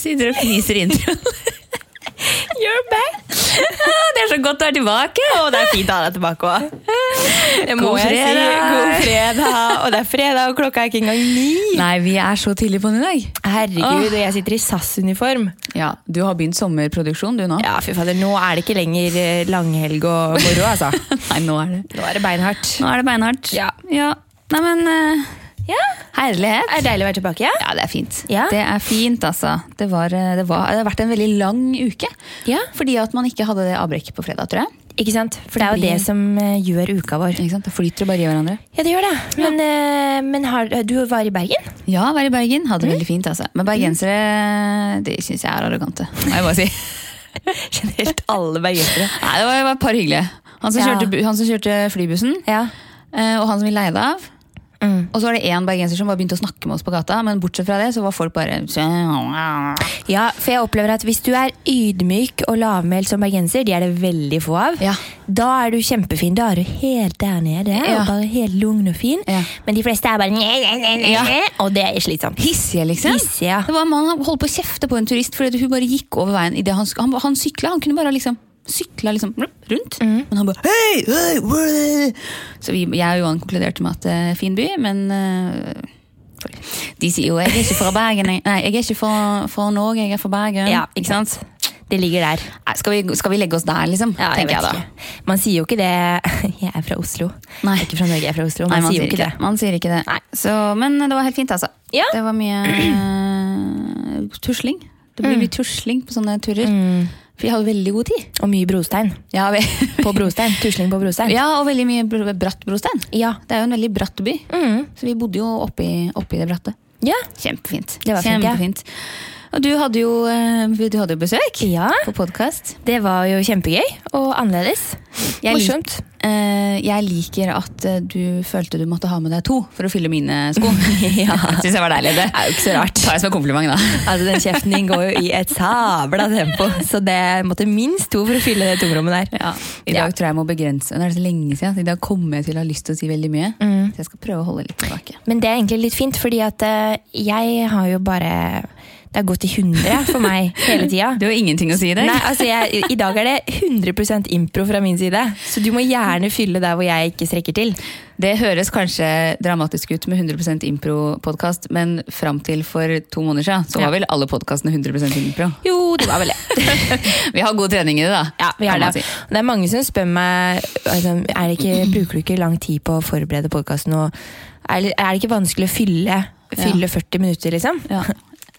sitter og fniser i introen. You're back! Det er så godt å være tilbake. Å, det er fint å ha deg tilbake òg. Det må God jeg si. fredag. God fredag. Og det er fredag, og klokka er ikke engang ni. Nei, vi er så tidlig på'n i dag. Herregud, og jeg sitter i SAS-uniform. Ja, Du har begynt sommerproduksjon, du nå? Ja, fy fader, nå er det ikke lenger eh, langhelg og moro, altså. Nei, nå er det Nå er det beinhardt. Nå er det beinhardt. Ja. Nei, men eh, Ja, herlighet. er det deilig å være tilbake, ja? Ja, det er fint. Ja. Det er fint, altså. Det, var, eh, det, var, det har vært en veldig lang uke. Ja. Fordi at man ikke hadde det avbrekket på fredag, tror jeg. Ikke sant? For det er jo Det blir- det som eh, gjør uka vår. Ikke sant? Da flyter det bare i hverandre. Ja, det gjør det. Men, eh, men har, du var i Bergen? Ja, være i Bergen. Hadde det veldig fint, altså. Men bergensere de syns jeg er arrogante. Må jeg bare si. Generelt alle bergensere. Nei, det var det var et par hyggelige. Han som, Ja. kjørte, bu- han som kjørte flybussen, Ja. eh, og han som vi leide av. Mm. Og så var det én bergenser som bare begynte å snakke med oss på gata, men bortsett fra det så var folk bare Ja, for jeg opplever at hvis du er ydmyk og lavmælt som bergenser, de er det veldig få av, Ja. da er du kjempefin. Da er du helt der nede, Ja. og bare helt lugn og fin. Ja. Men de fleste er bare nye, nye, nye, nye, Ja. Og det er slitsomt. Hissige, liksom. Hissige, ja. Det var en mann han holdt på å kjefte på en turist fordi at hun bare gikk over veien i det han, sk- han, han sykla. Han kunne bare liksom sykla liksom rundt. Mm. Men han bare hei, hei, hei. Så vi, jeg og Johan konkluderte med at eh, fin by, men eh, de sier jo 'jeg er ikke fra Bergen', jeg. Nei, 'jeg er ikke fra, fra Norge, jeg er fra Bergen'. Ja, ikke sant? Det ligger der. Nei, skal, vi, skal vi legge oss der, liksom? Ja, jeg tenker vet jeg da. ikke. Man sier jo ikke det. Jeg er fra Oslo. Nei. Jeg er Ikke fra Norge, jeg er fra Oslo. Man, Nei, man sier jo ikke det. Man sier ikke det. Så, men det var helt fint, altså. Ja. Det var mye eh, tusling. Det Mm. blir mye tusling på sånne turer. For vi hadde veldig god tid. Og mye brostein. Ja, vi, På brostein. Tusling på brostein. ja og veldig mye br- bratt brostein. Ja. Det er jo en veldig bratt by, Mm. så vi bodde jo oppi, oppi det bratte. ja. Kjempefint. Det var fint, ja. Kjempefint. Og du hadde jo, eh, du hadde jo besøk Ja, på podkast. det var jo kjempegøy og annerledes. Jeg lik- Morsomt. Eh, jeg liker at eh, du følte du måtte ha med deg to for å fylle mine sko. ja. Syns jeg var deilig. Det er jo ikke så rart. Tar jeg som en kompliment, da. Altså, Den kjeften din går jo i et sabla tempo, så det måtte minst to for å fylle det tomrommet der. Ja, I dag tror jeg jeg må begrense Nå er det så lenge siden. så I dag kommer jeg til å ha lyst til å si veldig mye. Mm. Så jeg skal prøve å holde litt tilbake. Men det er egentlig litt fint, fordi at eh, jeg har jo bare Det har gått i hundre for meg hele tida. Du har ingenting å si i dag? Nei, altså jeg, I dag er det 100 impro fra min side, så du må gjerne fylle der hvor jeg ikke strekker til. Det høres kanskje dramatisk ut med 100 impro-podkast, men fram til for to måneder siden så var vel alle podkastene 100 impro. Jo, det var vel det. Vi har god trening i det, da. Ja, vi har kan man det. si. Og det er mange som spør meg altså, er det ikke, Bruker du ikke lang tid på å forberede podkasten? Er, det- er det ikke vanskelig å fylle, fylle 40 minutter, liksom? Ja.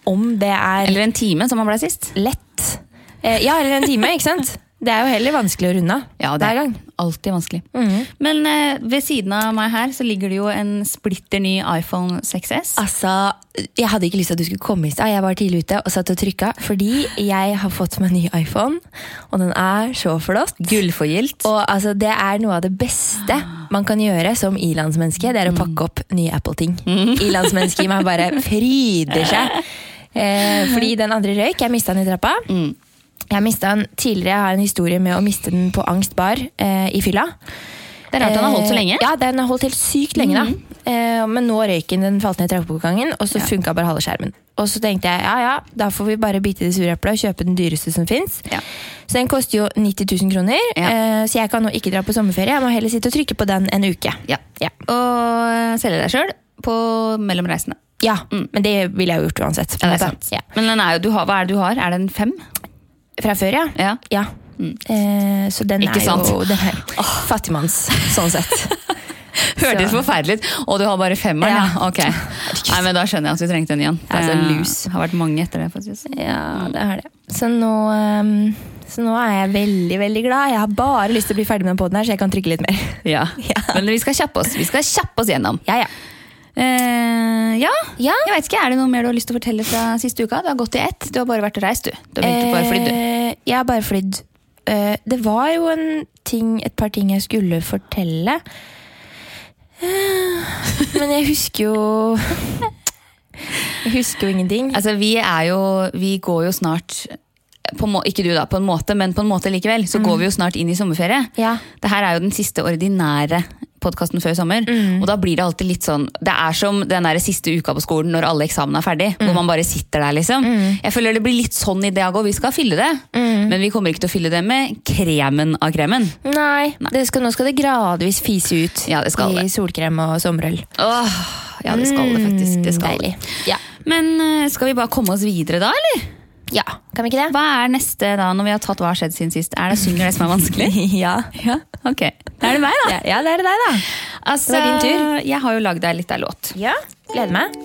Om det er Eller en time, som man ble sist. lett. Eh, ja, eller en time, ikke sant? Det er jo heller vanskelig å runde av Ja, det hver er gang. alltid vanskelig. Mhm. Men eh, ved siden av meg her så ligger det jo en splitter ny iPhone 6S. Altså, Jeg hadde ikke lyst til at du skulle komme i stad. Jeg var tidlig ute og satt og trykka fordi jeg har fått meg ny iPhone, og den er så flott. Gullforgylt. Og altså, Det er noe av det beste man kan gjøre som ilandsmenneske. Det er å pakke opp nye Apple-ting. Ilandsmennesket i meg bare fryder seg. Eh, fordi den andre røyk. Jeg mista den i trappa. Jeg mistet den tidligere. Jeg har en historie med å miste den på Angst bar eh, i fylla. Det er rart den har holdt så lenge. Eh, Mhm. Ja, den har holdt helt sykt lenge da. Eh, men nå røyken, den falt ned i trappeoppgangen, og så funket funka bare halve skjermen. Og så tenkte jeg, ja ja, da får vi bare bite i det sure eplet og kjøpe den dyreste som fins. Ja. Så den koster jo 90 000 kroner, Ja. eh, så jeg kan nå ikke dra på sommerferie. Jeg må heller sitte og trykke på den en uke. Ja. Ja, Og selge deg sjøl mellom reisene. Ja, Mm. men det ville jeg jo gjort uansett. på en måte. Ja. Men den er jo, du har, hva er det du har? Er det en fem? Fra før, ja. Ja. Mm. Ja. Eh, så den Ikke er sant? jo den er fattigmanns, sånn sett. Hørtes forferdelig ut! Og du har bare femmeren, ja. Ja. Ok. Nei, men da skjønner jeg at vi trengte en igjen. Det Altså, lus. har vært mange etter det. sånn. faktisk. Ja, det er det. Mm. Så nå, ehm, så nå er jeg veldig, veldig glad. Jeg har bare lyst til å bli ferdig med den podden her, så jeg kan trykke litt mer. Ja. Men vi skal kjappe oss Vi skal kjappe oss gjennom. Ja, ja. Eh, ja. jeg vet ikke, Er det noe mer du har lyst til å fortelle fra siste uka? Det har gått i ett. Du har bare vært og reist, du. Du har egentlig bare flydd, du. Eh, jeg har bare flydd. Eh, det var jo en ting, et par ting jeg skulle fortelle. Eh, Men jeg husker jo Jeg husker jo ingenting. Altså, vi er jo Vi går jo snart på en må, Ikke du, da, på en Mm. måte, men på en måte likevel. Så går vi jo snart inn i sommerferie. Ja. Det her er jo den siste ordinære podkasten før sommer. Og da blir det alltid litt sånn Det er som den der siste uka på skolen når alle eksamen er ferdig. Hvor man bare sitter der, liksom. Jeg føler det blir litt sånn i dag òg. Vi skal fylle det, men vi kommer ikke til å fylle det med kremen av kremen. Nei, Det skal, nå skal det gradvis fise ut Ja, det skal i det. solkrem og sommerøl. Åh, ja, det skal det faktisk. Det skal det. Mm, Deilig. Ja. Men eh, skal vi bare komme oss videre da, eller? ja, kan vi ikke det? Hva er neste da, når vi har tatt hva har skjedd siden sist? Er det synger det som er vanskelig? Ja. Ja, ok. Da er det meg, da. Ja, ja, det er det deg, da. Altså, Det var din tur. Jeg har jo lagd deg litt av låt. Ja, Gleder meg.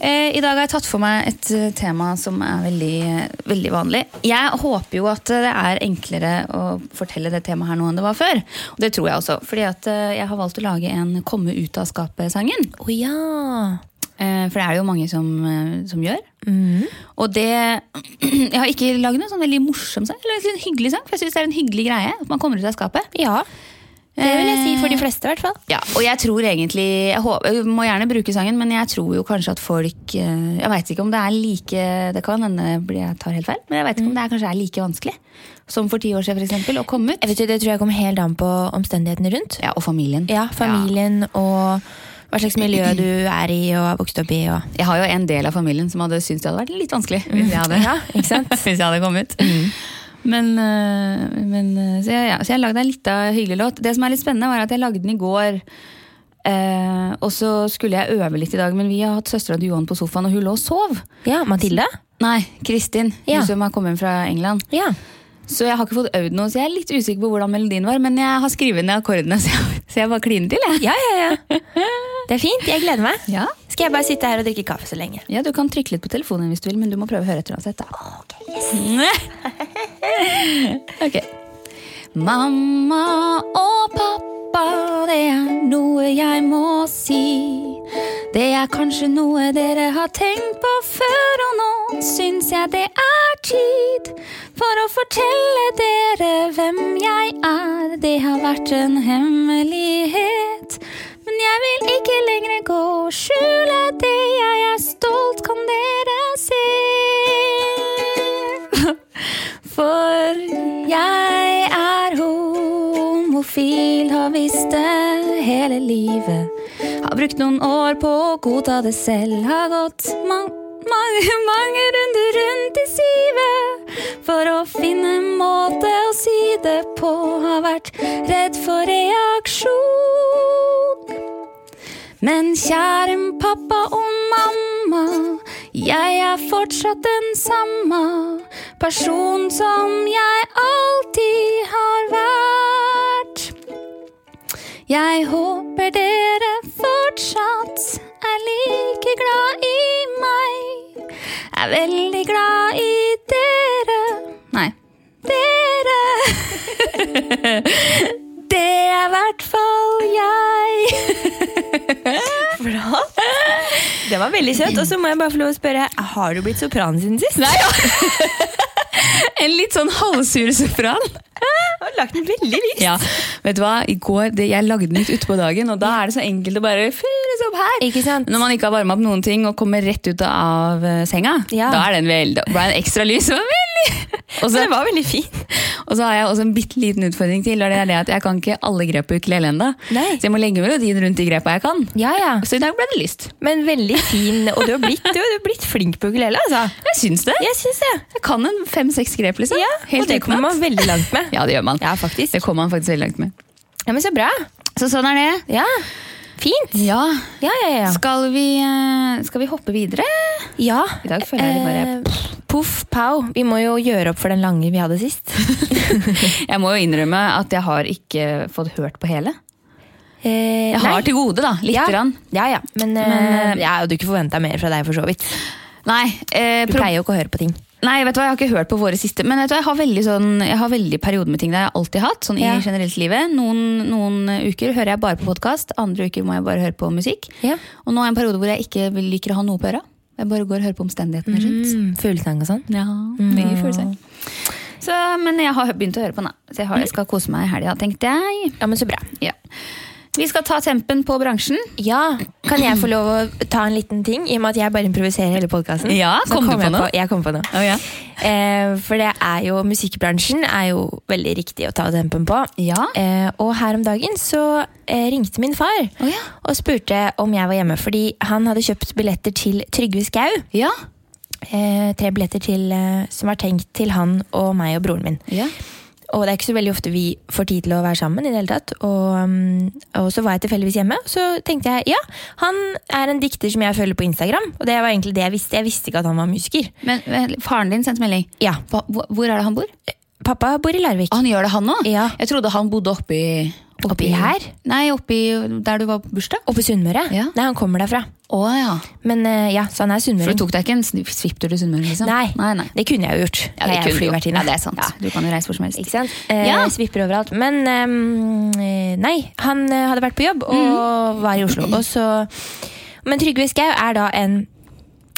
Eh, I dag har jeg tatt for meg et eh, tema som er veldig, eh, veldig vanlig. Jeg håper jo at eh, det er enklere å fortelle det temaet her nå enn det var før. Og det tror jeg også, fordi at eh, jeg har valgt å lage en Komme ut av skapet-sangen. Å ja. Eh, For det er det jo mange som, eh, som gjør. Mm. Og det Jeg har ikke lagd en sånn veldig morsom sang, eller en hyggelig sang, for jeg syns det er en hyggelig greie at man kommer ut av skapet. Eh, Ja. Det vil jeg si for de fleste, i hvert fall. Ja, og jeg tror egentlig jeg, håper, jeg må gjerne bruke sangen, men jeg tror jo kanskje at folk eh, Jeg veit ikke om det er like Det kan hende blir- jeg tar helt feil, men jeg vet Mm. ikke om det er, kanskje er like vanskelig som for ti år siden for eksempel, å komme ut. Jeg vet, jo, det tror jeg kommer helt an på omstendighetene rundt. Ja, Og familien. Ja, Familien og hva slags miljø du er i og er vokst opp i. Og. Jeg har jo en del av familien som hadde syntes det hadde vært litt vanskelig hvis jeg hadde, Ja, ikke sant? Mm. hvis jeg hadde kommet. Men, øh, men øh, Så jeg, ja, så jeg lagde en lita hyggelig låt. Det som er litt spennende, var at jeg lagde den i går. Eh, og så skulle jeg øve litt i dag, men vi har hatt søstera til Johan på sofaen, og hun lå og sov. Ja, Mathilde? Nei, Kristin, Ja. hun som har kommet fra England. Ja. Så jeg har ikke fått øvd noe, så jeg er litt usikker på hvordan melodien var. Men jeg har skrevet ned akkordene, så jeg, så jeg bare kliner til, jeg. Ja, ja, ja. Det er fint. Jeg gleder meg. Ja. Skal jeg bare sitte her og drikke kaffe så lenge? ja, du kan trykke litt på telefonen hvis du vil, men du må prøve å høre etter uansett. da. Ok. Mamma og pappa, det er noe jeg må si. Det er kanskje noe dere har tenkt på før, og nå syns jeg det er tid for å fortelle dere hvem jeg er. Det har vært en hemmelighet, men jeg vil ikke lenger gå og skjule det. Jeg er stolt, kan dere se. For jeg er homofil, har visst det hele livet. Har brukt noen år på å godta det selv, har gått mang- mange, mange runder rundt i sivet for å finne en måte å si det på. Har vært redd for reaksjon. Men kjære pappa og mamma, jeg er fortsatt den samme person som jeg alltid har vært. Jeg håper dere fortsatt er like glad i meg. Er veldig glad i dere. Nei. Dere. Det er i hvert fall jeg. Bra. Det var veldig søtt. Og så må jeg bare få lov å spørre, har du blitt sopran siden sist? Nei, En litt sånn halvsur sopran. jeg har lagt den veldig lyst. Ja, vet du hva? I går, det, Jeg lagde den litt utpå dagen, og da er det så enkelt å bare fyres opp her. Ikke sant? Når man ikke har varma opp noen ting og kommer rett ut av eh, senga, Ja. da er den vel, da ble den ekstra lys. Det var veldig... Og så, Den var veldig fin. og så har jeg også en bitte liten utfordring til, og det er det at jeg kan ikke alle grep på ukulele ennå. Nei. Så jeg må legge melodien rundt de grepa jeg kan. Ja, ja. Så i dag ble det lyst. Men veldig fin. Og du har blitt, du har blitt flink på ukulele, altså. Jeg syns det. Jeg syns det. Jeg kan en fem-seks grep, liksom. Ja, og Helt det kommer utenat. man veldig langt med. Ja, det gjør man. Ja, faktisk. Det kommer man faktisk veldig langt med. Ja, men så bra. Så sånn er det. Ja. Fint. Ja, Ja, ja, ja. Skal vi, eh, skal vi hoppe videre? Ja. I dag føler jeg det bare- Eh, Poff, pow. Vi må jo gjøre opp for den lange vi hadde sist. Jeg må jo innrømme at jeg har ikke fått hørt på hele. Eh, Jeg har nei. til gode, da. Lite ja. grann. Ja, ja. Men, eh, Men, jeg hadde jo ikke forventa mer fra deg, for så vidt. Nei, eh, Du pro pleier jo ikke å høre på ting. nei, vet du hva, jeg har ikke hørt på våre siste. Men vet du, hva, jeg har veldig, sånn, jeg har veldig periode med ting det har jeg alltid hatt. Sånn Ja. i generelt livet. Noen, noen uker hører jeg bare på podkast, andre uker må jeg bare høre på musikk. Ja. Og nå er det en periode hvor jeg ikke vil- liker å ha noe på øra. Jeg bare går og hører på omstendighetene rundt. Mm, Fuglesang og sånn. Ja, mye følelser. Så, men jeg har begynt å høre på den, da. Så jeg, har, jeg skal kose meg i helga, tenkte jeg. Ja, men så bra. Ja. Vi skal ta tempen på bransjen. Ja, Kan jeg få lov å ta en liten ting, i og med at jeg bare improviserer hele podkasten? Ja, kom du på jeg, noe? på- jeg kom på noe. Eh, for det er jo, musikkbransjen er jo veldig riktig å ta tempen på. Ja. Eh, og her om dagen så eh, ringte min far Å ja. og spurte om jeg var hjemme, fordi han hadde kjøpt billetter til Trygve Skau. Ja. Eh, tre billetter til, eh, som var tenkt til han og meg og broren min. ja. Og det er ikke så veldig ofte vi får tid til å være sammen. i det hele tatt. Og, um, og så var jeg tilfeldigvis hjemme, og så tenkte jeg ja, han er en dikter som jeg følger på Instagram. Og det var egentlig det jeg visste. Jeg visste ikke at han var musiker. Men vel, faren din sendte melding. Ja, Hva, hvor hvor er det han bor? Pappa bor i Larvik. Han gjør det, han òg? Ja. Jeg trodde han bodde oppi Oppi her? Nei, oppi der du var på bursdag. Og på Sunnmøre. Ja. Nei, han kommer derfra. Å ja. Men eh, ja, så han er For du sunnmøring. tok deg ikke en sni- svipptur til Sunnmøre? Liksom. Nei, nei, nei. det kunne jeg jo gjort. Ja, det jeg er kunne du jo. flyvertinne. ja, det er sant. Ja. Du kan jo reise hvor som helst. Ikke sant? Eh, Ja. Svipper overalt. Men ehm, eh, nei, han eh, hadde vært på jobb og Mhm. var i Oslo. Og så, men Trygve Skau er da en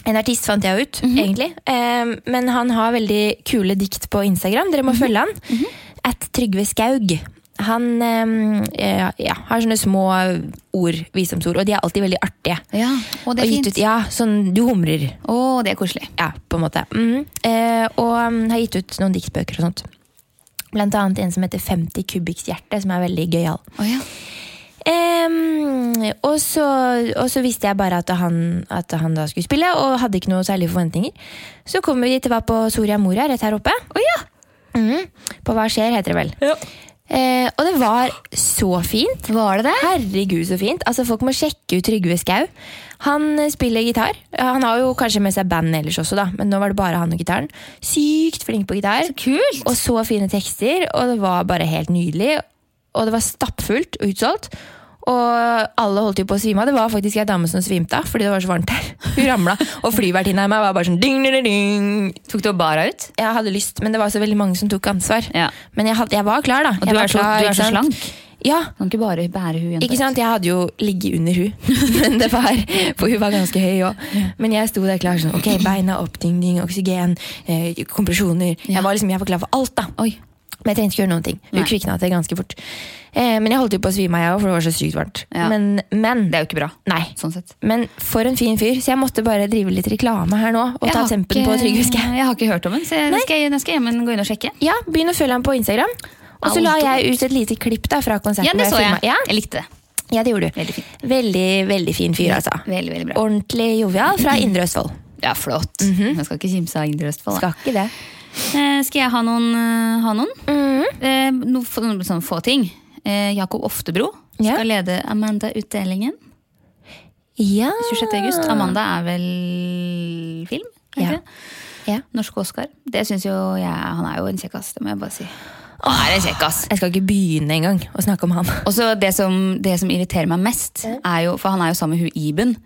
en artist fant jeg ut, Mhm. egentlig. Ehm, men han har veldig kule dikt på Instagram. Dere må Mhm. følge han. At Trygve Skaug. Han ehm, eh, ja, har sånne små ord, visdomsord, og de er alltid veldig artige. Ja, Å, det Og er gitt fint. ut, ja, sånn du humrer. Å, det er koselig. Ja, på en måte. Mhm. Eh, og mm, har gitt ut noen diktbøker og sånt. Blant annet en som heter 50 kubikks hjerte, som er veldig gøyal. Å, ja. Ehm, og, så, og så visste jeg bare at han, at han da skulle spille, og hadde ikke noe særlige forventninger. Så kom vi dit, det var på Soria Moria, rett her oppe. Mhm. På Hva skjer, heter det vel. Eh, og det var så fint. Var det det? Herregud, så fint. Altså, folk må sjekke ut Trygve Skau. Han eh, spiller gitar. Han har jo kanskje med seg band ellers også, da, men nå var det bare han og gitaren. Sykt flink på gitar. Kult! Og så fine tekster, og det var bare helt nydelig. Og det var stappfullt og utsolgt. Og alle holdt jo på å svime av. Det var faktisk ei dame som svimte av fordi det var så varmt der. Hun ramla, og flyvertinna i meg var bare sånn ding, ding, ding. Tok du og bar deg ut? Jeg hadde lyst, men det var så veldig mange som tok ansvar. Ja. Men jeg, hadde, jeg var klar, da. Og jeg du var er, så, klar, du er ikke så sant? slank. Ja, Kan ikke bare bære hun ikke jenta. sant? Jeg hadde jo ligget under hun, men det var, for hun var ganske høy òg. Men jeg sto der klar sånn. Ok, beina opp, ding, ding, oksygen, eh, kompresjoner. Jeg var liksom, jeg var klar for alt, da. Oi. Men jeg trengte ikke gjøre noen ting. Hun Nei. kvikna til ganske fort. Eh, men jeg holdt jo på å svime av, jeg òg, for det var så sykt varmt. Ja. Men, men Det er jo ikke bra. Nei. Sånn sett. Men for en fin fyr. Så jeg måtte bare drive litt reklame her nå. Og ta tempen på Trygve Skau. Jeg har ikke hørt om den, så jeg, skal, jeg, nå skal jeg hjem og gå inn og sjekke. Ja, begynn å følge ham på Instagram. Og så la Aldo. jeg ut et lite klipp da fra konserten. Ja, det hvor så jeg. filmet- Ja? Jeg likte det. ja, det gjorde du. Veldig fint. Veldig, veldig fin fyr, altså. Veldig, veldig bra. Ordentlig jovial fra Indre Østfold. Ja, flott. Jeg skal ikke kimse av Indre Østfold. da. Mhm. Skal ikke det. Eh, skal jeg ha noen? eh, ha noen? Mhm. Eh, no, få- noen sånn få ting. Eh, Jakob Oftebro Ja. skal lede Amanda-utdelingen Ja. 26. august. Amanda er vel film? er det Ah. Ja. ikke det? Ja. Norsk Oscar. Det synes jo jeg Han er jo en kjekkas, det må jeg bare si. Han er en kjekkas. Jeg skal ikke begynne engang å snakke om han. Og så det som, det som irriterer meg mest, er jo, for han er jo sammen med hun Iben.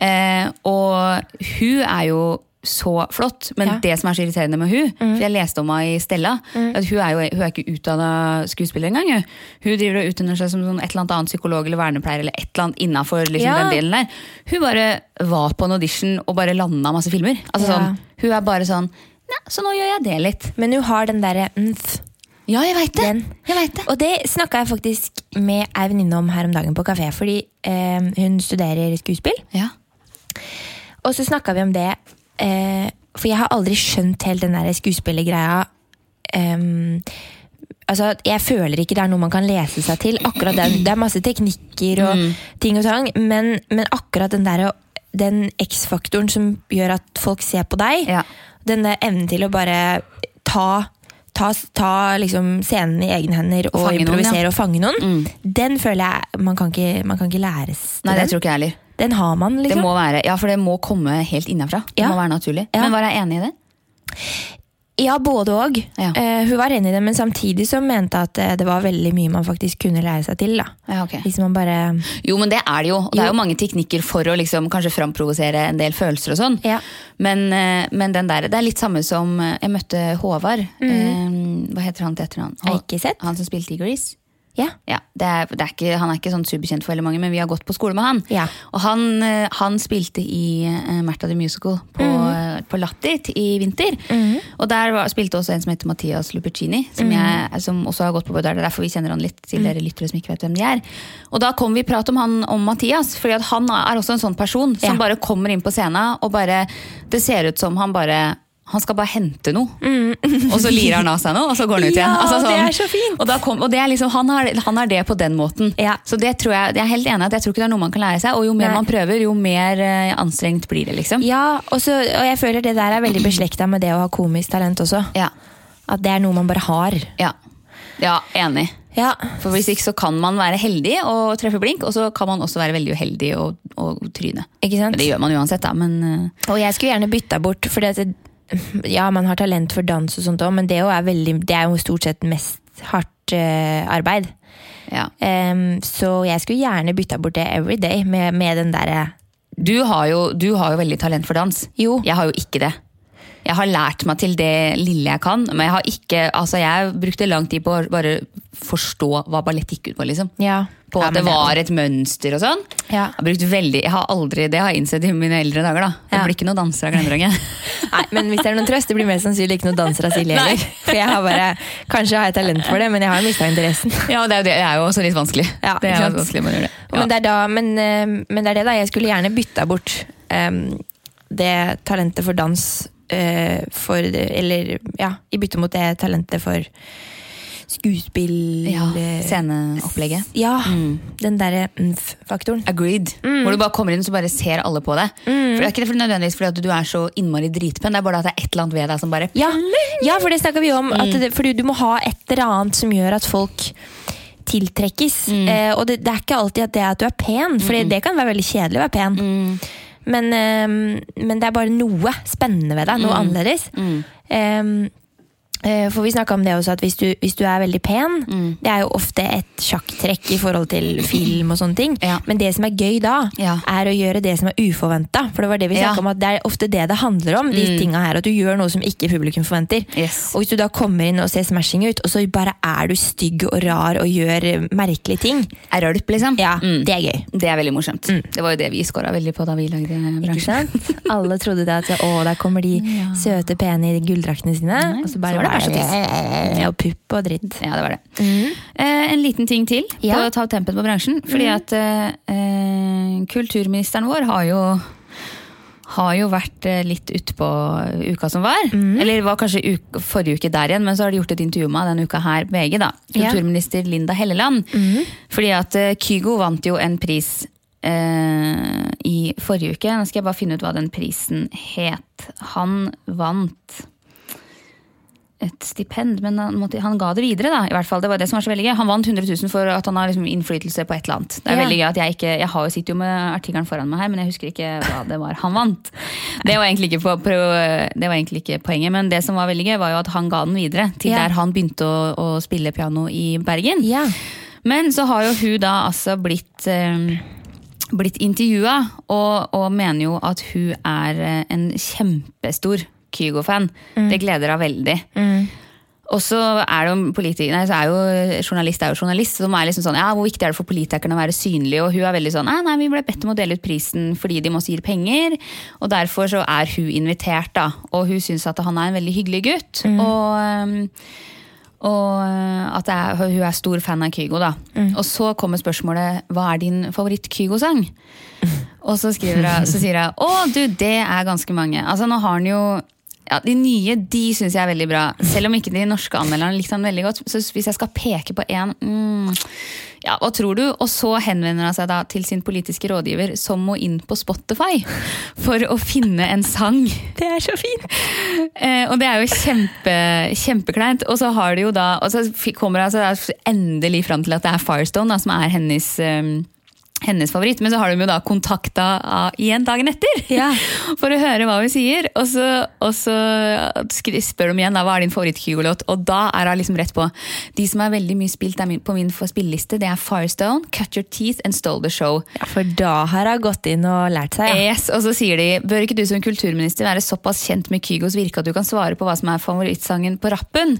Eh, og hun er jo så flott, men Ja. det som er så irriterende med hun, for jeg leste om henne i Stella, at hun er jo hun er ikke utdanna skuespiller engang. Hun, hun driver og utdanner seg som sånn et eller annet annet psykolog eller vernepleier eller et eller annet innafor liksom, Ja. den delen der. Hun bare var på en audition og bare landa masse filmer. Altså Ja. sånn, Hun er bare sånn Nei, så nå gjør jeg det litt. Men hun har den derre nth. Ja, jeg veit det. Den. Jeg vet det. Og det snakka jeg faktisk med ei venninne om her om dagen på kafé, fordi eh, hun studerer skuespill. Ja. Og så snakka vi om det, eh, for jeg har aldri skjønt helt den der skuespillergreia. Em, altså, jeg føler ikke det er noe man kan lese seg til. Akkurat den, Det er masse teknikker og Mm. ting og tang, men, men akkurat den der, den X-faktoren som gjør at folk ser på deg, Ja. denne evnen til å bare ta Ta, ta liksom scenen i egne hender og, fange noen, ja. Mm. improvisere og fange noen. Den føler jeg man kan ikke, man kan ikke læres til Nei, det den. tror ikke jeg heller. Den har man, liksom. Det må være, ja, for det må komme helt innenfra. Det Ja. må være naturlig. Ja. Men var jeg enig i det? Ja, både òg. Ja. Eh, hun var enig i det, men samtidig så mente at eh, det var veldig mye man faktisk kunne lære seg til. da. Ja, ok. Hvis man bare... mm, Jo, men det er det jo. Og det er jo mange teknikker for å liksom, kanskje framprovosere en del følelser og sånn. Ja. Men, eh, men den der, det er litt samme som Mm. eh, Jeg møtte Håvard. Eh, hva heter han til etternavn? Hå- Eikeseth? Han som spilte i Grease. Ja. Ja, det er, det er ikke, han er ikke sånn superkjent for veldig mange, men vi har gått på skole med han. Ja. Og han, eh, han spilte i eh, Märtha the Musical på, Mm. eh, på Latter t- i vinter. Mhm. Og der var, spilte også en som heter Mathias Lupercini, som, Mm. jeg, eh, som også har gått på Bård Arne. Det er derfor vi kjenner han litt til dere lyttere som ikke vet hvem de er. Og da kom vi i prat om han om Mathias, fordi at han er også en sånn person som Ja. bare kommer inn på scenen og bare Det ser ut som han bare han skal bare hente noe, og så lirer han av seg noe, og så går han ut igjen. Mm. Ja, Altså det er så fint. og, da kom, og det er liksom, han, har, han har det på den måten. Ja. Så det tror jeg, jeg er helt enig i at jeg tror ikke det er noe man kan lære seg. Og jo mer Nei. man prøver, jo mer eh, anstrengt blir det. liksom. Ja, og, så, og jeg føler det der er veldig beslekta med det å ha komisk talent også. Ja. At det er noe man bare har. ja. ja enig. Ja. For hvis ikke så kan man være heldig og treffe blink, og så kan man også være veldig uheldig og, og tryne. Ikke sant? Men det gjør man uansett, da. Men eh, Og jeg skulle gjerne bytta bort, for ja, man har talent for dans og sånt òg, men det, jo er veldig, det er jo stort sett mest hardt eh, arbeid. ja. Em, så jeg skulle gjerne bytta bort det every day med, med den derre Du har, jo, du har jo veldig talent for dans. Jo. Jeg har jo ikke det. Jeg har lært meg til det lille jeg kan, men jeg har ikke, altså jeg brukte lang tid på å bare forstå hva ballett gikk ut på. liksom. Ja. på ja, at det men var et mønster og sånn. Ja. Jeg har brukt veldig, jeg har aldri, Det har jeg innsett i mine eldre dager. da. Det Ja. blir ikke noen danser av Glenderangen. Nei, men hvis det er noen trøst, det blir mest sannsynlig ikke noen danser av Silje heller. For jeg har bare, Kanskje har jeg talent for det, men jeg har mista interessen. ja, det er, jo det, det er jo også litt vanskelig. Ja, det ikke er sant? jo vanskelig man gjør det. Ja. Men, det er da, men, eh, men det er det, da. Jeg skulle gjerne bytta bort em, det talentet for dans eh, for Eller ja, i bytte mot det talentet for skuespill ja, eh, Sceneopplegget. Ja. Den mm, derre mf-faktoren. Agreed. Mm. Hvor du bare kommer inn og så bare ser alle på deg. For Det er ikke nødvendigvis fordi at du er så innmari dritpen, det er bare at det er et eller annet ved deg som bare Ja, ja, for det snakka vi om. At det, fordi du må ha et eller annet som gjør at folk tiltrekkes. Eh, og det, det er ikke alltid at det er at du er pen, for det kan være veldig kjedelig å være pen. Men, eh, men det er bare noe spennende ved deg, noe annerledes. Eh, eh, for vi snakka om det også, at hvis du, hvis du er veldig pen, Mm. det er jo ofte et sjakktrekk i forhold til film og sånne ting, Ja. men det som er gøy da, Ja. er å gjøre det som er uforventa. For det var det vi snakka Ja. Mm. om, at det er ofte det det handler om. de tinga her, At du gjør noe som ikke publikum forventer. Yes. Og hvis du da kommer inn og ser smashing ut, og så bare er du stygg og rar og gjør eh, merkelige ting, er rølp, liksom. ja, Mm. det er gøy. Det er veldig morsomt. Det var jo det vi scora veldig på da vi lagde Ikke bransjen. sant? Alle trodde det at å, der kommer de søte, pene i gulldraktene sine. og så bare så var det bare så det og pupp og dritt. Mm. Ja, det var det. Eh, en liten ting til på Ja. Mm. å ta tempen på bransjen. Fordi at eh, eh, kulturministeren vår har jo har jo vært eh, litt utpå uka som var. Mm. Eller var kanskje uke, forrige uke der igjen, men så har de gjort et intervju med henne denne uka her, VG. da. Ja. Mm. Kulturminister Linda Helleland. Fordi at eh, Kygo vant jo en pris eh, i forrige uke. Nå skal jeg bare finne ut hva den prisen het. Han vant et stipend, men han, måtte, han ga det videre, da. I hvert fall, det var det som var så veldig gøy. Han vant 100 000 for at han har liksom innflytelse på et eller annet. Det er Ja. veldig gøy at jeg ikke, jeg har jo sitter jo med artikkelen foran meg her, men jeg husker ikke hva det var han vant. Det var, egentlig ikke på, prøv- det var egentlig ikke poenget, men det som var veldig gøy, var jo at han ga den videre til Ja. der han begynte å, å spille piano i Bergen. Ja. Men så har jo hun da altså blitt eh, blitt intervjua, og, og mener jo at hun er eh, en kjempestor Kygo-fan. Mm. Det gleder henne veldig. Og så er, det jo politi- nei, så er jo eh, journalist er jo journalist, som er liksom sånn ja, hvor viktig er det for politikerne å være synlige? Og hun er veldig sånn nei, nei, vi ble bedt om å dele ut prisen fordi de også gir penger. Og derfor så er hun invitert, da. Og hun syns at han er en veldig hyggelig gutt. Og ehm, og eh, at det er, hun er stor fan av Kygo. da. Og så kommer spørsmålet hva er din favoritt-Kygo-sang? Og så, skriver hun, så sier hun å du, det er ganske mange. Altså nå har han jo ja, De nye de syns jeg er veldig bra. Selv om ikke de norske anmelderne likte han veldig godt. Så hvis jeg skal peke på én mm, ja, Hva tror du? Og så henvender han seg da til sin politiske rådgiver, som må inn på Spotify for å finne en sang. Det er så fint! Eh, og det er jo kjempe, kjempekleint. Og så har det jo da Og så fikk- kommer det altså da endelig fram til at det er Firestone da, som er hennes eh, hennes favoritt, Men så har de jo da kontakta ah, igjen dagen etter Ja. for å høre hva hun sier. Og så, og så skri- spør de igjen da, hva er din favoritt-Kygo-låt, og da er hun liksom rett på. De som er veldig mye spilt er min, på min for- spilleliste, det er Firestone, Cut Your Teeth and Stole The Show. Ja, for da har hun gått inn og lært seg. Ja. Yes, og så sier de Bør ikke du som kulturminister være såpass kjent med Kygos virke at du kan svare på hva som er favorittsangen på rappen?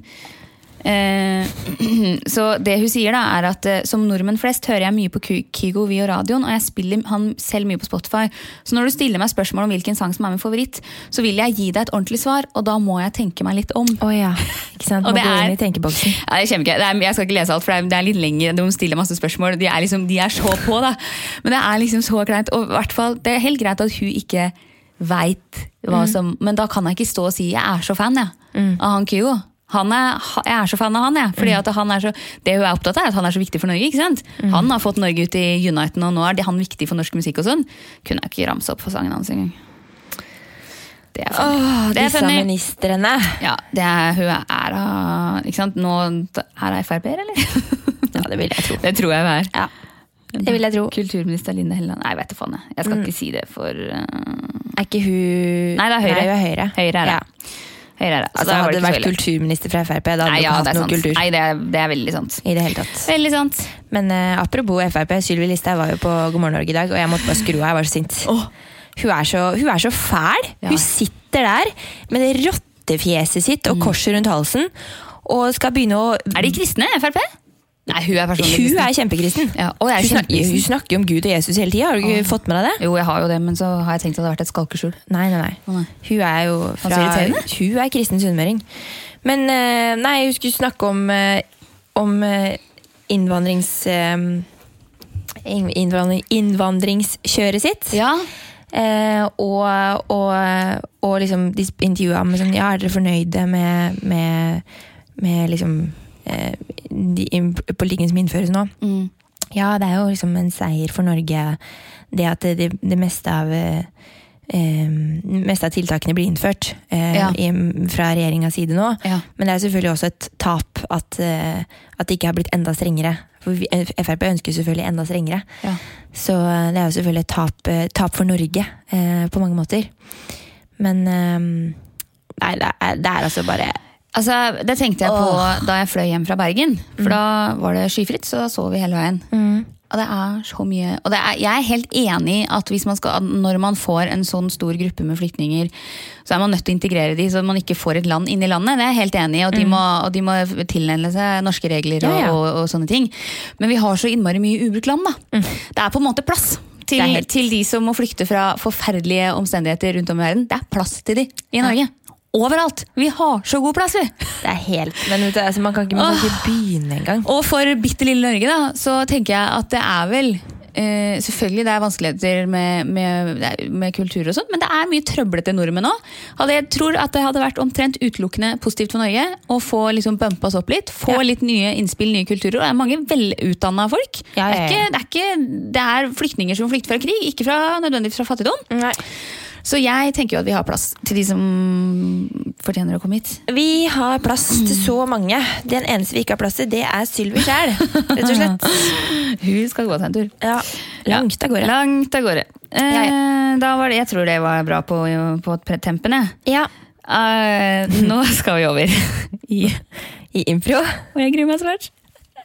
Eh, så det hun sier, da, er at eh, som nordmenn flest hører jeg mye på Ky- Kygo via radioen, og jeg spiller han selv mye på Spotify. Så når du stiller meg spørsmål om hvilken sang som er min favoritt, så vil jeg gi deg et ordentlig svar, og da må jeg tenke meg litt om. Å ja. Ikke sant? Og Må det gå inn er- i tenkeboksen. Ja, det er kjempegøy. Det er, jeg skal ikke lese alt, for det er, det er litt lenger. De stiller masse spørsmål. De er, liksom, de er så på, da. Men det er liksom så kleint. Og i hvert fall, det er helt greit at hun ikke veit Mm. hva som Men da kan jeg ikke stå og si 'jeg er så fan', jeg. Av han Kygo. Han er, ha- jeg er så fan av han, jeg. Mm. Fordi at han er så, det hun er opptatt av, er at han er så viktig for Norge. ikke sant? Han har fått Norge ut i Uniten, og nå er det han viktig for norsk musikk og sånn. Kunne jeg ikke ramse opp for sangen hans engang. Det er funny. Åh, Det er disse funny. ministrene. Ja, det er, hun er av Ikke sant? Nå er hun Frp-er, eller? Ja, det vil jeg tro. Det tror jeg hun er. Ja. Det vil jeg tro. Mm. Kulturminister Linda Helleland. Nei, jeg vet da faen. Jeg Jeg skal ikke si det for eh, Er ikke hun Nei, det er Høyre. hun er Høyre. Høyre er det. Ja. Høyre er det. Så Altså, da var hadde det ikke så vært ille. kulturminister fra Frp, da hadde Nei, du ja, det ikke hatt er noen sant. kultur. Nei, det er, det er veldig sant. I det hele tatt. Veldig sant. Men eh, apropos Frp, Sylvi Listhaug var jo på God morgen Norge i dag, og jeg måtte bare skru av. Jeg var så sint. Hun, er så, hun er så fæl. Ja. Hun sitter der med det rottefjeset sitt Mm. og korset rundt halsen og skal begynne å Er de kristne, Frp? Nei, hun er sånn personlig Hun kristen. er kjempekristen. Ja, og jeg er hun, snakker, kjempekristen. hun snakker jo om Gud og Jesus hele tida. Har du ikke fått med deg det? Jo, jeg har jo det, men så har jeg tenkt at det har vært et skalkeskjul. Nei, nei, nei. Å, nei. Hun er jo fra så irriterende. Hun er kristen sunnmøring. Men eh, nei, hun skulle snakke om, eh, om eh, innvandrings... eh, inn- innvandring, innvandringskjøret sitt. Ja. Eh, og, og, og liksom de intervjua med sånn Ja, er dere fornøyde med, med, med liksom eh, de, im- politikken som innføres nå? Mm. Ja, det er jo liksom en seier for Norge. Det at det, det, det meste av eh, eh, meste av tiltakene blir innført eh, Ja. i, fra regjeringas side nå. Ja. Men det er selvfølgelig også et tap at, eh, at det ikke har blitt enda strengere. For vi, eh, Frp ønsker selvfølgelig enda strengere. Ja. Så eh, det er jo selvfølgelig et tap, eh, tap for Norge eh, på mange måter. Men eh, Nei, det er, det er altså bare Altså, Det tenkte jeg på Åh. Mm. da jeg fløy hjem fra Bergen. For da var det skyfritt, så da sov vi hele veien. Og det er så mye Og det er, jeg er helt enig i at hvis man skal, at når man får en sånn stor gruppe med flyktninger, så er man nødt til å integrere de, så man ikke får et land inn i landet. Det er jeg helt enig i, og de må, og de må tilnærme seg norske regler og, Mm. Ja, ja. Og, og sånne ting. Men vi har så innmari mye ubrukt land, da. Det er på en måte plass. Til, Mm. Det er helt- til de som må flykte fra forferdelige omstendigheter rundt om i verden. Det er plass til de i Norge. Overalt! Vi har så god plass, vi! Det er helt Men vet du, altså, man kan ikke, man kan ikke begynne engang. Og for bitte lille Norge, da, så tenker jeg at det er vel eh, selvfølgelig det er vanskeligheter med, med, med kultur, og sånt, men det er mye trøblete nordmenn òg. Jeg tror at det hadde vært omtrent utelukkende positivt for Norge å få liksom bumpa oss opp litt. Få Ja. litt nye innspill, nye kulturer. Og det er mange velutdanna folk. Ja, ja, Det, ja. er ikke, det, er ikke, det er flyktninger som flykter fra krig, ikke fra, nødvendigvis fra fattigdom. Nei. Så jeg tenker jo at vi har plass til de som fortjener å komme hit. Vi har plass til så mange. Den eneste vi ikke har plass til, det er Sylvi sjæl. Rett og slett. Hun skal gå seg en tur. Ja, langt av gårde. Langt av gårde. Eh, Ja, Da var det, jeg tror det var bra på, på pre- tempene. Ja. Eh, nå skal vi over i I impro. Og jeg gruer meg så fælt.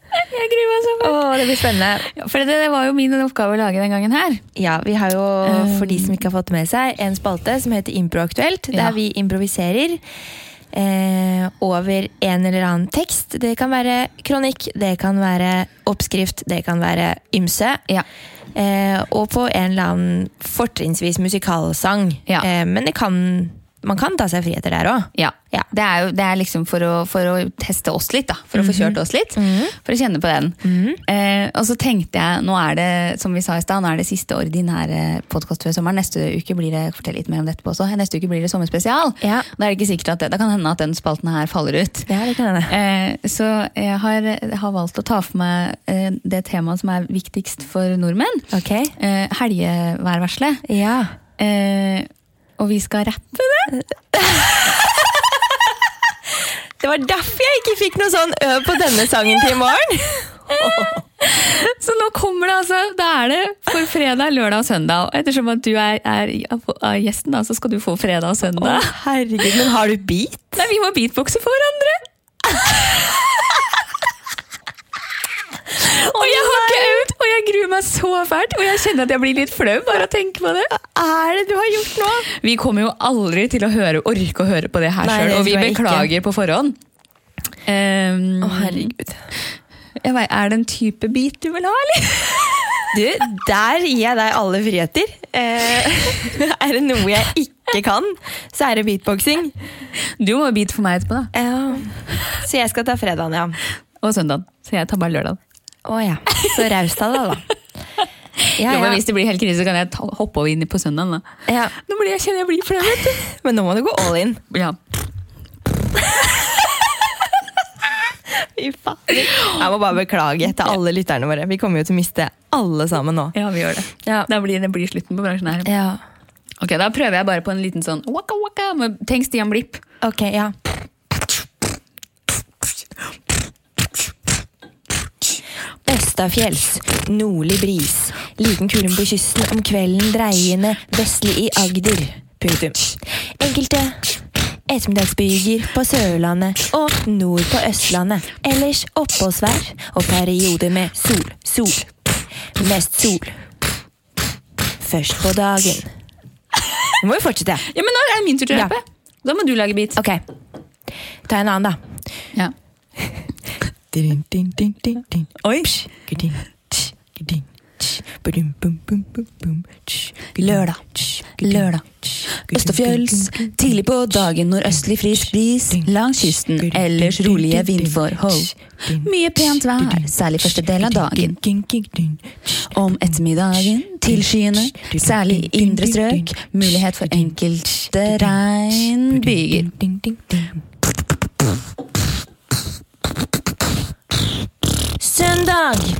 Jeg gruer meg så Å, det blir spennende. fælt. For det, det var jo min oppgave å lage den gangen her. Ja, Vi har jo, for de som ikke har fått med seg, en spalte som heter Improaktuelt. Ja. Der vi improviserer eh, over en eller annen tekst. Det kan være kronikk, det kan være oppskrift, det kan være ymse. Ja. Eh, og på en eller annen fortrinnsvis musikalsang. Ja. Eh, men det kan, man kan ta seg friheter der òg. Ja. Ja. Det er jo det er liksom for å, for å teste oss litt, da. For å Mhm. få kjørt oss litt. For å kjenne på den. Eh, og så tenkte jeg, nå er det som vi sa i sted, nå er det siste ordinære podkast før sommeren. Neste uke blir det jeg fortell litt mer om dette på også, neste uke blir det sommerspesial. Ja. Da er det ikke sikkert at det, det kan hende at den spalten her faller ut. Ja, det kan hende. Eh, Så jeg har, jeg har valgt å ta for meg eh, det temaet som er viktigst for nordmenn. Ok. Eh, Helgeværvarselet. Ja. Eh, Og vi skal rappe det. Det var derfor jeg ikke fikk noe sånn øv på denne sangen til i morgen. Så nå kommer det, altså. Da er det for fredag, lørdag og søndag. Og ettersom at du er, er av gjesten, da, så skal du få fredag og søndag. herregud, men har du beat? Nei, vi må beatboxe for hverandre! og jeg har ikke øvd, og jeg gruer meg så fælt. Og jeg kjenner at jeg blir litt flau bare av å tenke på det. Hva er det du har gjort nå? Vi kommer jo aldri til å høre, orke å høre på det her Nei, sjøl, det og vi tror jeg ikke. beklager på forhånd. Ehm, Å, herregud. jeg vet, er det en type bit du vil ha, eller? Du, der gir jeg deg alle friheter. Eh, er det noe jeg ikke kan, så er det beatboxing. Du må jo bite for meg etterpå, da. Ja. Så jeg skal ta fredagen, ja. Og søndag. Så jeg tar bare lørdag. Å ja. Så raust av deg, da. Ja, Jo, men ja. hvis det blir helt krise, så kan jeg ta, hoppe over inn på søndagen. Da. ja. Nå blir jeg, kjenner jeg blir flau, vet du. Men nå må du gå all in. Ja. Fy fader. Jeg må bare beklage til alle lytterne våre. Vi kommer jo til å miste alle sammen nå. ja, vi gjør det. Ja. Da blir det blir slutten på bransjen her. ja. Ok, Da prøver jeg bare på en liten sånn waka waka. med- Tenk Stian Blipp. Ok, ja. Østafjells, nordlig bris. Liten kulen på kysten, om kvelden dreiende vestlig i Agder. Punktum. Enkelte ettermiddagsbyger på Sørlandet og nord på Østlandet. Ellers oppholdsvær og perioder med sol, sol. Mest sol. Først på dagen. Nå må vi fortsette. Ja, men nå er det min tur til å Ja. rappe. Da må du lage beat. Ok, ta en annen da. Ja. Ding, ding, ding, ding, ding. Oi. Gding, tsch, gding, tsch. Badum, bum, bum, bum, bum, tsch. Lørdag. Tsch, Lørdag. tsch. Østafjells, tidlig på dagen, nordøstlig frisk bris, langs kysten, ellers rolige vindforhold. Mye pent vær, særlig første del av dagen. Gding, gding, gding, tsch. Om ettermiddagen, tilskyende, særlig i indre strøk, mulighet for enkelte regnbyger. Ding, ding, ding. Søndag!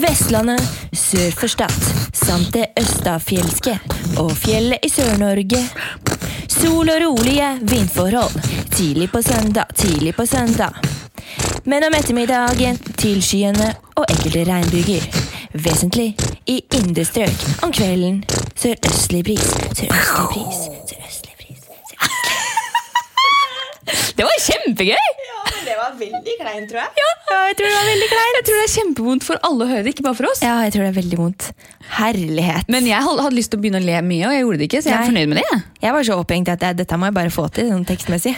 Vestlandet sør for Stad, samt det østafjelske og fjellet i Sør-Norge. Sol og rolige vindforhold, tidlig på søndag, tidlig på søndag. Men om ettermiddagen tilskyende og enkelte regnbyger. Vesentlig i indre strøk. Om kvelden sørøstlig bris, sørøstlig bris, sørøstlig bris. Det var kjempegøy! Ja, jeg tror det var veldig kleint. Jeg tror det er kjempevondt for alle å høre det, ikke bare for oss. Ja, jeg tror det er veldig vondt. Herlighet. Men jeg had- hadde lyst til å begynne å le mye, og jeg gjorde det ikke, så jeg er Nei. fornøyd med det. jeg. Jeg var så opphengt at jeg, dette må jeg bare få til sånn tekstmessig.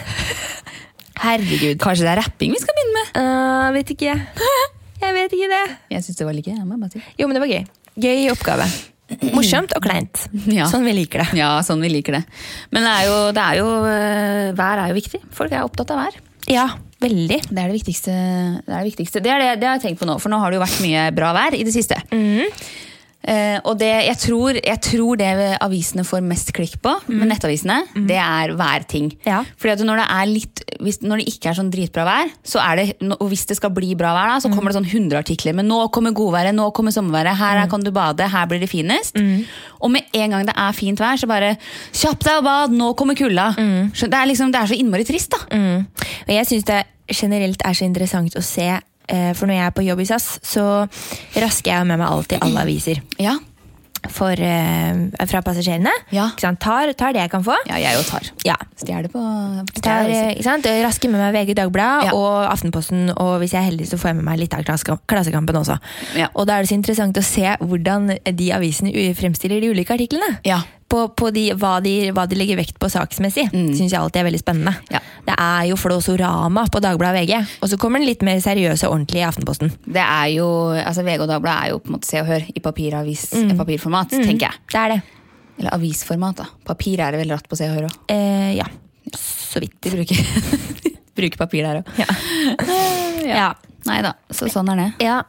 Herregud. Kanskje det er rapping vi skal begynne med? Øh, vet ikke. Jeg vet ikke det. Jeg synes det var like jeg må bare si. Jo, men det var gøy. Gøy oppgave. Morsomt og kleint. Ja. Sånn vi liker det. Ja, sånn vi liker det. Men det er jo, det er jo øh, vær er jo viktig. Folk er opptatt av vær. Ja, veldig. Det er det viktigste. Det er det, viktigste. Det, er det, det har jeg tenkt på nå, for nå har det jo vært mye bra vær i det siste. Mhm, Eh, og det, jeg, tror, jeg tror det avisene får mest klikk på, med nettavisene, det er værting. Mm. Ja. Fordi at når det, er litt, hvis, når det ikke er sånn dritbra vær, så er det, og hvis det skal bli bra vær, da, Mm. så kommer det sånn 100 artikler. Men nå kommer godværet, nå kommer sommerværet, her, Mm. kan du bade, her blir det finest. Og med en gang det er fint vær, så bare kjapp deg og bad, nå kommer kulda. Skjøn- Det, er liksom, det er så innmari trist, da. Mm. Og jeg syns det generelt er så interessant å se, eh, for når jeg er på jobb i SAS, så rasker jeg jo med meg alltid alle aviser Ja. for, eh, fra passasjerene. Ja. Ikke sant? Tar, tar det jeg kan få. ja, jeg jo tar. Ja. Stjele på Der, eh, ikke sant? Jeg Rasker med meg VG Dagbladet altså. Ja. og Aftenposten, og hvis jeg er heldig, så får jeg med meg litt av Klasse- Klassekampen også. Ja. Og da er det så interessant å se hvordan de avisene u- fremstiller de ulike artiklene. Ja. På, på de, hva, de, hva de legger vekt på saksmessig, syns jeg alltid er veldig spennende. Mm. Ja. Det er jo flåsorama på Dagbladet og VG, og så kommer den litt mer seriøse og ordentlige i Aftenposten. Det er jo, altså VG og Dagbladet er jo på en måte Se og Hør i papiravis, Mm. eh, papirformat, Mm. tenker jeg. Det er det. Eller avisformat, da. Papir er det vel ratt på Se og Hør òg. Eh, ja. Så vidt. De bruker, bruker papir der òg. Ja. Nei da, så sånn er det. Ja,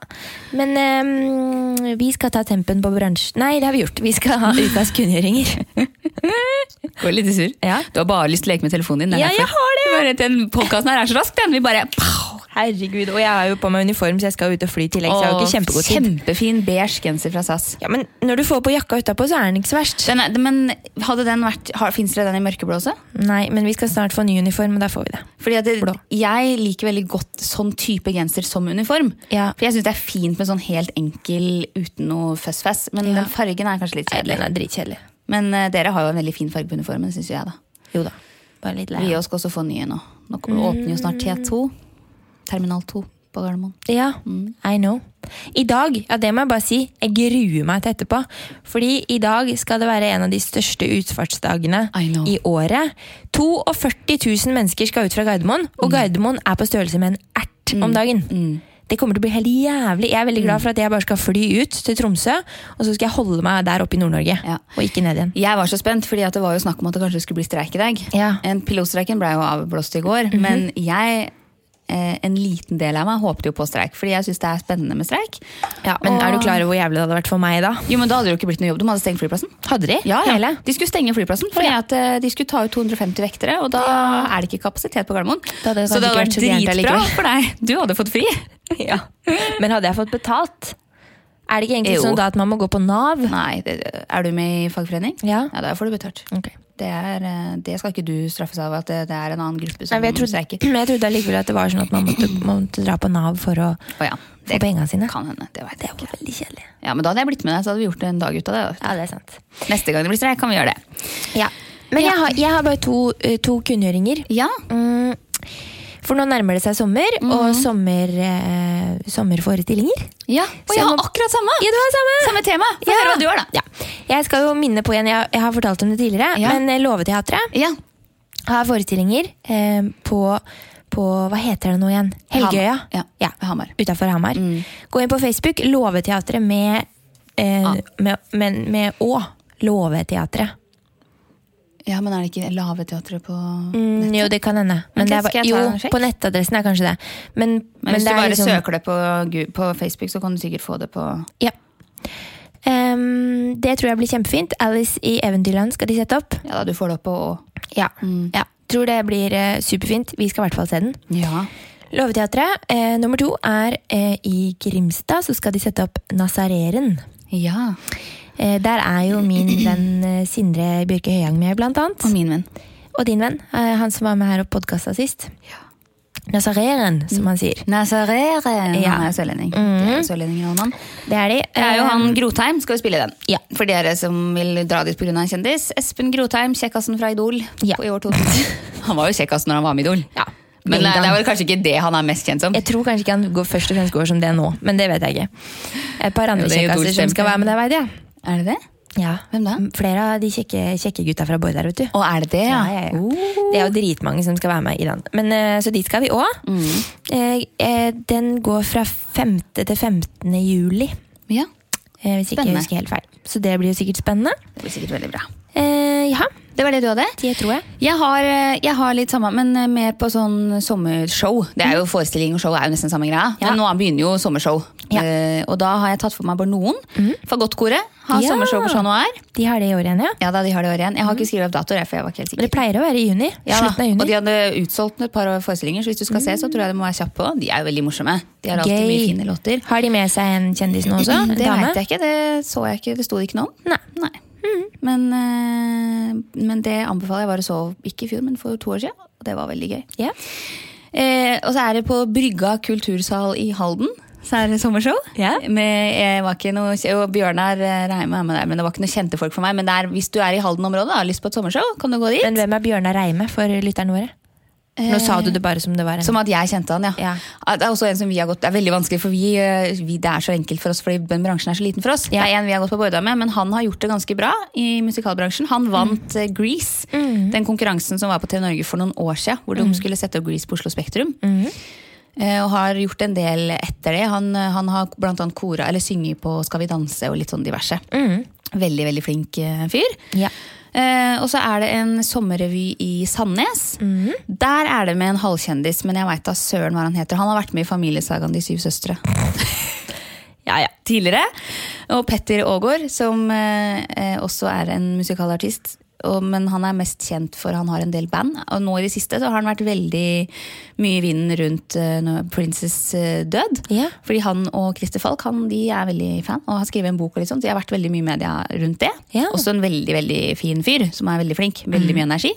men ehm, vi skal ta tempen på bransjen. Nei, det har vi gjort. Vi skal ha ukas kunngjøringer. Du er litt sur. Ja. Eh, Du har bare lyst til å leke med telefonen din. det er Ja, derfor. jeg har det. Bare Den podkasten her er så rask, den. Vi bare pow! Herregud, og jeg har jo på meg uniform, så jeg skal ut og fly i tillegg. Så jeg har jo Og ikke kjempegod tid. Kjempefin beige genser fra SAS. Ja, men når du får på jakka utapå, så er den ikke så verst. Den er, men hadde den vært, har, finnes det den i mørkeblå også? Nei, men vi skal snart få ny uniform, og da får vi det. Fordi at det, Blå. Jeg liker veldig godt sånn type genser som uniform. Ja. For jeg syns det er fint med sånn helt enkel uten noe føss-fess. Men den fargen er kanskje litt kjedelig. Den er dritkjedelig. Men eh, dere har jo en veldig fin farge på uniformen, syns jeg. da. Jo da. Bare litt lei. Vi også skal også få nye nå. Nå kommer- åpner jo snart T2. Terminal 2. på Gardermoen. Ja, I know. I dag, ja det må jeg bare si, jeg gruer meg til etterpå. Fordi i dag skal det være en av de største utfartsdagene I know. i året. 42 000 mennesker skal ut fra Gardermoen, Mm. og Gardermoen er på størrelse med en ert om dagen. Det kommer til å bli helt jævlig. Jeg er veldig Mm. glad for at jeg bare skal fly ut til Tromsø, og så skal jeg holde meg der oppe i Nord-Norge, Ja. og ikke ned igjen. Jeg var så spent, fordi at det var jo snakk om at det kanskje skulle bli streik i dag. Ja. Mhm. En Pilotstreiken ble jo avblåst i går, men jeg eh, en liten del av meg håpte jo på streik, fordi jeg syns det er spennende med streik. Ja, men Og- er du klar over hvor jævlig det hadde vært for meg da? Jo, men Da hadde det jo ikke blitt noe jobb. De hadde stengt flyplassen. Hadde de? Ja, ja. Hele? De skulle stenge flyplassen fordi at eh, de skulle ta ut 250 vektere. Og da er det ikke kapasitet på Gardermoen. Da hadde det så det hadde kanskje vært ikke vært så gærent dritbra allikevel. for deg. Du hadde fått fri. Ja. Men hadde jeg fått betalt? Er det ikke egentlig Jo. sånn da at man må gå på Nav? Nei, det, er du med i fagforening? Ja. Ja, Da får du betalt. Ok. Det, er, eh, det skal ikke du straffes av at det, det er en annen gruppe Nei, som men jeg trodde, streiker. men jeg trodde allikevel at det var sånn at man måtte, man måtte dra på Nav for å Å ja, få det penga sine. kan hende. Det vet jeg ikke. veldig kjedelig. Ja, Men da hadde jeg blitt med deg, så hadde vi gjort en dag ut av det. da. Ja, det er sant. Neste gang det blir streik, kan vi gjøre det. Men jeg har, jeg har bare to, eh, to kunngjøringer. Ja, Mm, For nå nærmer det seg sommer, og Mhm. sommer, eh, sommerforestillinger. ja. Og Så jeg jeg har må- akkurat samme! Ja, du har samme! Samme tema! Få Ja. høre hva du har, da. Ja. Jeg skal jo minne på igjen, jeg, jeg har fortalt om det tidligere, Ja. men eh, Låveteatret Ja. har forestillinger eh, på, på Hva heter det nå igjen? Helgøya. Hamar. Ja. Hamar. Mm. utafor Hamar. Gå inn på Facebook. Låveteatret med, eh, Ah. med, med, med Å. Låveteatret. Ja, men er det ikke Laveteatret på Mm, jo, det kan hende. Men Ok, det er, skal bare- jeg ta en jo, sjekk? på nettadressen er kanskje det. Men, Men hvis det du er bare liksom- søker det på, Gu- på Facebook, så kan du sikkert få det på Ja. Ehm, det tror jeg blir kjempefint. Alice i Eventyrland skal de sette opp. Ja, da du får det opp på Å. mm. Ja. ja. Tror det blir eh, superfint. Vi skal i hvert fall se den. Ja. Låveteatret eh, nummer to er eh, i Grimstad. Så skal de sette opp Nazareren. ja. Eh, der er jo min venn eh, Sindre Bjørke Høyang med, blant annet. Og min venn. Og din venn, eh, han som var med her og podkasta sist. Nazareren, som han sier. Nazarere. Ja. Han er jo sørlending. Det er jo sørlendinger, han, han. Det er de. Mm. Det er jo Eh, han Grotheim. Skal vi spille den? Ja. For dere som vil dra dit pga. en kjendis. Espen Grotheim, kjekkasen fra Idol. Ja. På i år 2000. Han var jo kjekkas når han var med i Idol. Ja. Men det, det er vel kanskje ikke det han er mest kjent som. Jeg tror kanskje ikke han går først og fremst går som det nå, men det vet jeg ikke. Et par andre Jo, det er jo kjekkaser som Thorstein. skal være med deg, veit jeg. Er det det? Ja. Hvem da? Flere av de kjekke, kjekke gutta fra Bård der, vet du. Og er det det, ja? Ja, ja, ja. Oh. Det er jo dritmange som skal være med i den. Men, eh, så dit skal vi òg. Mm. Den går fra 5. til 15. juli, ja. eh, hvis ikke jeg Spennende. husker helt feil. Så det blir jo sikkert spennende. Det blir sikkert veldig bra. Eh, ja, Det var det du hadde? det tror jeg. Jeg har, eh, jeg har litt samme, men mer på sånn sommershow. Det er jo Forestilling og show er jo nesten samme greia. Ja. Men nå begynner jo sommershow. Ja. Mhm. Eh, og da har jeg tatt for meg bare noen. Fagottkoret har Ja. Mhm. sommershow på Chat Noir. De har det i år igjen, ja. Ja, da, de har det i år igjen. Jeg har ikke skrevet opp datoer, jeg, for jeg var ikke helt Men sikker. det pleier å være i juni. Ja, da. Slutten av Og juni. de hadde utsolgt et par forestillinger, så hvis du skal se, så tror jeg det må være kjapp på. De er jo veldig morsomme. De har alltid Mm. Gøy. mye fine låter. Har de med seg en kjendis nå også? En Det dame? veit jeg ikke, det så jeg ikke, det sto det ikke noe om. Nei. Nei. Men, eh, men det anbefaler jeg bare så ikke i fjor, men for to år siden. Og det var veldig gøy. Ja. Eh, og så er det på Brygga kultursal i Halden. Så er det sommershow. Ja. Med, jeg var ikke noe, og Bjørnar eh, Reime er med der, men det var ikke noen kjente folk for meg. Men det er, hvis du er i Halden-området og har lyst på et sommershow, kan du gå dit. Men hvem er Bjørnar Reime for lytterne våre? Nå sa du det bare Eh. som det var. En. Eh, Som at jeg kjente han, ja. Ah, Ja. Det er også en som vi har gått Det er veldig vanskelig, for vi, eh, vi, det er så enkelt for oss fordi den bransjen er så liten for oss. Det er en vi har gått på Borda med, men han har gjort det ganske bra i musikalbransjen. Han vant eh, Grease, Mm. den konkurransen som var på TV Norge for noen år siden, hvor de skulle sette opp Grease på Oslo Spektrum. mm, Eh, Og har gjort en del etter det. Han, eh, han har blant annet kora, eller synget på Skal vi danse og litt sånn diverse. Veldig, veldig flink eh, fyr. mm. Ja. Eh, og så er det en sommerrevy i Sandnes. Der er det med en halvkjendis, men jeg veit da søren hva han heter. Han har vært med i Familiesagaen De syv søstre. ja, ja, Tidligere. Og Petter Aagaard, som eh, eh, også er en musikalartist. Og, men han er mest kjent for han har en del band. Og nå i det siste så har han vært veldig mye i vinden rundt eh, når Princess eh, død. Ja. Fordi han og Christer Falk han, de er veldig fan og har skrevet en bok. og litt sånt. De har vært veldig mye i media rundt det. Ja. Også også en veldig veldig fin fyr, som er veldig flink. Veldig mye energi.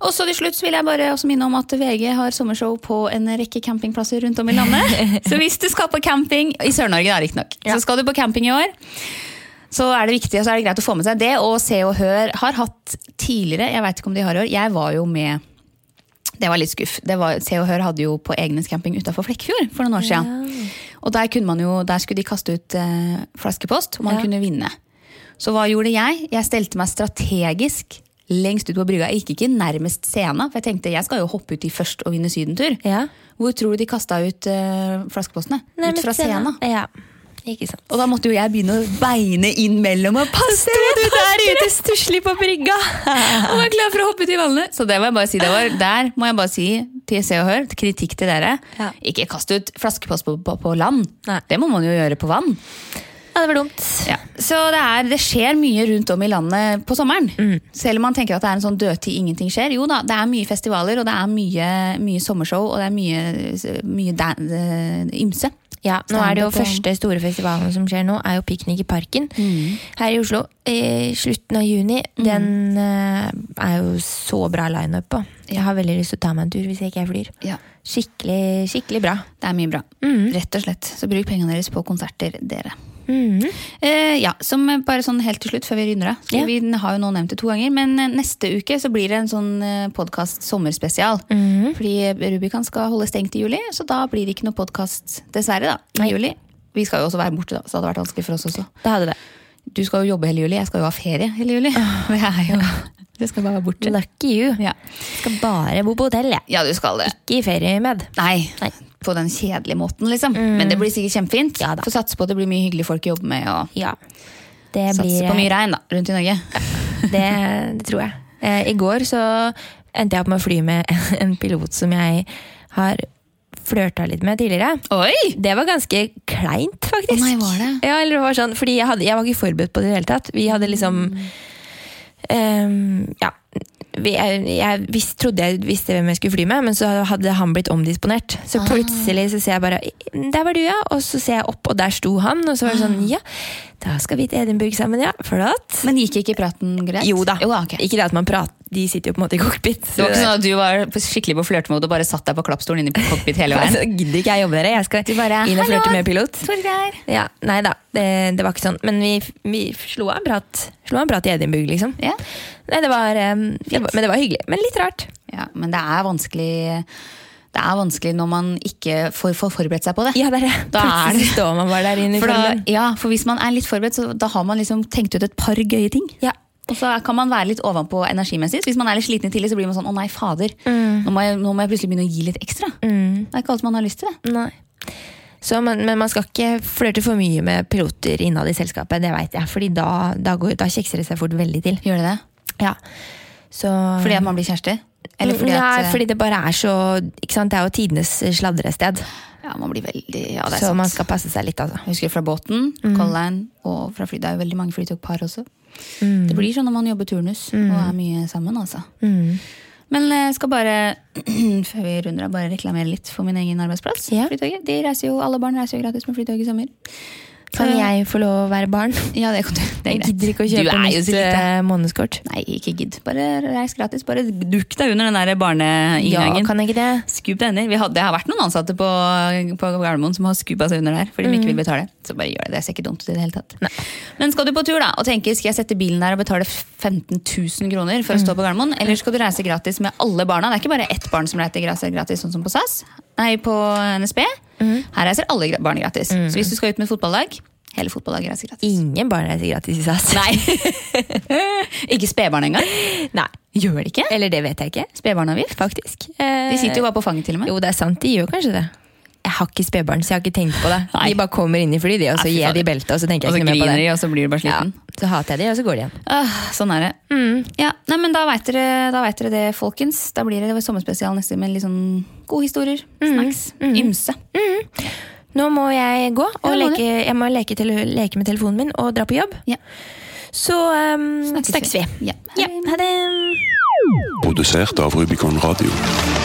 Og så til slutt så vil jeg bare også minne om at VG har sommershow på en rekke campingplasser rundt om i landet. så hvis du skal på camping, i Sør-Norge da riktignok, så skal du på camping i år. Så er det viktig, og så er det greit å få med seg det. Og Se og Hør har hatt tidligere, jeg vet ikke om de har i år, jeg var jo med Det var litt skuff. Det var, Se og Hør hadde jo på Egnes camping utenfor Flekkefjord for noen år siden. Og der, kunne man jo, der skulle de kaste ut eh, flaskepost, og man Ja. kunne vinne. Så hva gjorde jeg? Jeg stelte meg strategisk lengst ut på brygga. Jeg gikk ikke nærmest scena, for jeg tenkte jeg skal jo hoppe uti først og vinne sydentur. Ja. Hvor tror du de kasta ut eh, flaskepostene? Nei, men ut fra scena. Ja. Ikke sant. Og da måtte jo jeg begynne å beine inn mellom og passe du der ute stusslig på brygga! og var klar for å hoppe ut i vannet. Så det må jeg bare si, det var, der må jeg bare si til Se og Hør, til kritikk til dere. Ja. Ikke kast ut flaskepost på, på, på land. Nei. Det må man jo gjøre på vann. Ja, det var dumt. Så det, er, det skjer mye rundt om i landet på sommeren. Selv om man tenker at det er en sånn dødtid, ingenting skjer. Jo da, det er mye festivaler, og det er mye, mye sommershow, og det er mye, mye dan eh, ymse. Ja, nå er det Standup jo og- første store festivalen som skjer nå, er jo Piknik i parken Mm. her i Oslo. I slutten av juni. Den eh, er jo så bra lineup på. Jeg har veldig lyst til å ta meg en tur hvis jeg ikke jeg flyr. Ja. Skikkelig, skikkelig bra. Det er mye bra. Mm. Rett og slett. Så bruk pengene deres på konserter, dere. Mm. Eh, ja, som bare sånn helt til slutt før vi rynder av. Ja. Vi har jo nå nevnt det to ganger, men eh, neste uke så blir det en sånn podkast sommerspesial. Mm. Mm. Fordi Rubicon skal holde stengt i juli, så da blir det ikke noe podkast, dessverre, da, i juli. Vi skal jo også være borte, da, så det hadde vært vanskelig for oss også. Det hadde det. Du skal jo jobbe hele juli, jeg skal jo ha ferie hele juli. Det er jo Det skal bare være borte. Lucky you. Ja. Skal bare bo på hotell, jeg. ja, du skal det. Ikke i ferie med. Nei, Nei. på den kjedelige måten, liksom. Men det blir sikkert kjempefint. Ja da. Får satse på at det blir mye hyggelige folk å jobbe med, og Ja. Det satse blir på mye regn da, rundt i Norge. Det, det tror jeg. Eh, I går så endte jeg opp med å fly med en pilot som jeg har flørta litt med tidligere. Oi! Det var ganske kleint, faktisk. Å nei, var det? Ja, eller det var sånn, fordi jeg, hadde, jeg var ikke forberedt på det i det hele tatt. Vi hadde liksom Mm. ehm, Ja. Vi, jeg jeg visst, trodde jeg visste hvem jeg skulle fly med, men så hadde han blitt omdisponert. Ah. Så plutselig så ser jeg bare Der var du, ja! Og så ser jeg opp, og der sto han. Og så var det Ah. sånn Ja, da skal vi til Edinburgh sammen, ja. Flott. Men gikk ikke praten greit? Jo da. ok. Ikke det at man prater De sitter jo på en måte i cockpit. Det var ikke sånn at du var på- skikkelig på flørtemode og bare satt deg på klappstolen inne på cockpit hele veien? Altså, gidder ikke jeg jobbe der. Jeg skal bare, inn og «Hallo!» flørte med pilot. Torgeir! Ja, Nei da, det, det var ikke sånn. Men vi, vi slo av en prat Slo av en prat i Edinburgh, liksom. Ja. Nei, det var, em, det var, men det var hyggelig. Men litt rart. ja, men det er vanskelig Det er vanskelig når man ikke får, får forberedt seg på det. Ja, det er det. Da er Plutselig står man bare der inne i For, da, formen. ja, for hvis man er litt forberedt, så da har man liksom tenkt ut et par gøye ting. Ja. Og så kan man være litt ovenpå energimessig. Så hvis man er litt sliten i tidlig, så blir man sånn å nei, fader. Mm. Nå, må jeg, nå må jeg plutselig begynne å gi litt ekstra. Det er ikke alt man har lyst til. det. Nei. Mm. Så, men, men man skal ikke flørte for mye med piloter innad i selskapet, det veit jeg. Fordi da, da, går, da kjekser det seg fort veldig til. Gjør det det? Ja. Så Fordi at man blir kjærester? Eller fordi at eh, Nei, fordi Mm, det bare er så ikke sant? Det er jo tidenes sladrested. Ja, man blir veldig Ja, det er Så sant. man skal Mm. passe seg litt, altså. Jeg husker fra båten, Color Line, og fra fly. Det er jo veldig mange flytogpar også. Mm. Det blir sånn når man jobber turnus og er mye sammen, altså. Mm. Men jeg skal bare før vi runder av, bare reklamere litt for min egen arbeidsplass. Ja. Flytoget. De reiser jo, Alle barn reiser jo gratis med flytog i sommer. Kan jeg få lov å være barn? Ja, Eh, det, kan du- det er Jeg greit. gidder ikke å Du kjøpe er jo nytt så lite. eh, månedskort. Nei, ikke gidd. Bare reis gratis. Bare dukk deg under den der barneinngangen. Ja, kan jeg ikke det? Skubb deg under. Vi har, det har vært noen ansatte på, på Gardermoen som har skubba seg under der fordi de Mm. ikke vil betale. Så bare gjør det. Det ser ikke dumt ut i det hele tatt. Men skal du på tur da, og tenker skal jeg sette bilen der og betale 15 000 kroner for å Mm. stå på Gardermoen, eller skal du reise gratis med alle barna? Det er ikke bare ett barn som reiser gratis, gratis sånn som på SAS. Nei, på NSB. Mm. Her reiser alle gra- barn gratis. Så hvis du skal ut med et fotballag, hele fotballaget reiser gratis. Ingen barn reiser gratis i SAS. Nei. ikke spedbarn engang. Nei. Gjør de ikke? Eller det vet jeg ikke, Spedbarnavgift? faktisk. Eh, De sitter jo bare på fanget, til og med. Jo, det er sant, de gjør kanskje det. Jeg har ikke spedbarn, så jeg har ikke tenkt på det. Nei. De bare kommer inn i flyet, de, og så Nei, fy gir fader. de beltet, og så tenker Og jeg så ikke noe mer griner på de, det. og så blir du bare Ja, sliten. så hater jeg de, og så går de igjen. Ah, sånn er det. Ja, nei, men da veit dere, da vet dere det, folkens. Da blir det sommerspesial neste med litt sånn gode historier. Snacks. Ymse. Nå må jeg gå, og Ja, nå må leke, jeg må leke, tele, leke med telefonen min og dra på jobb. Ja. Så um, snakkes vi. ehm, Ja. Ja, ha det. Produsert av Rubicon Radio.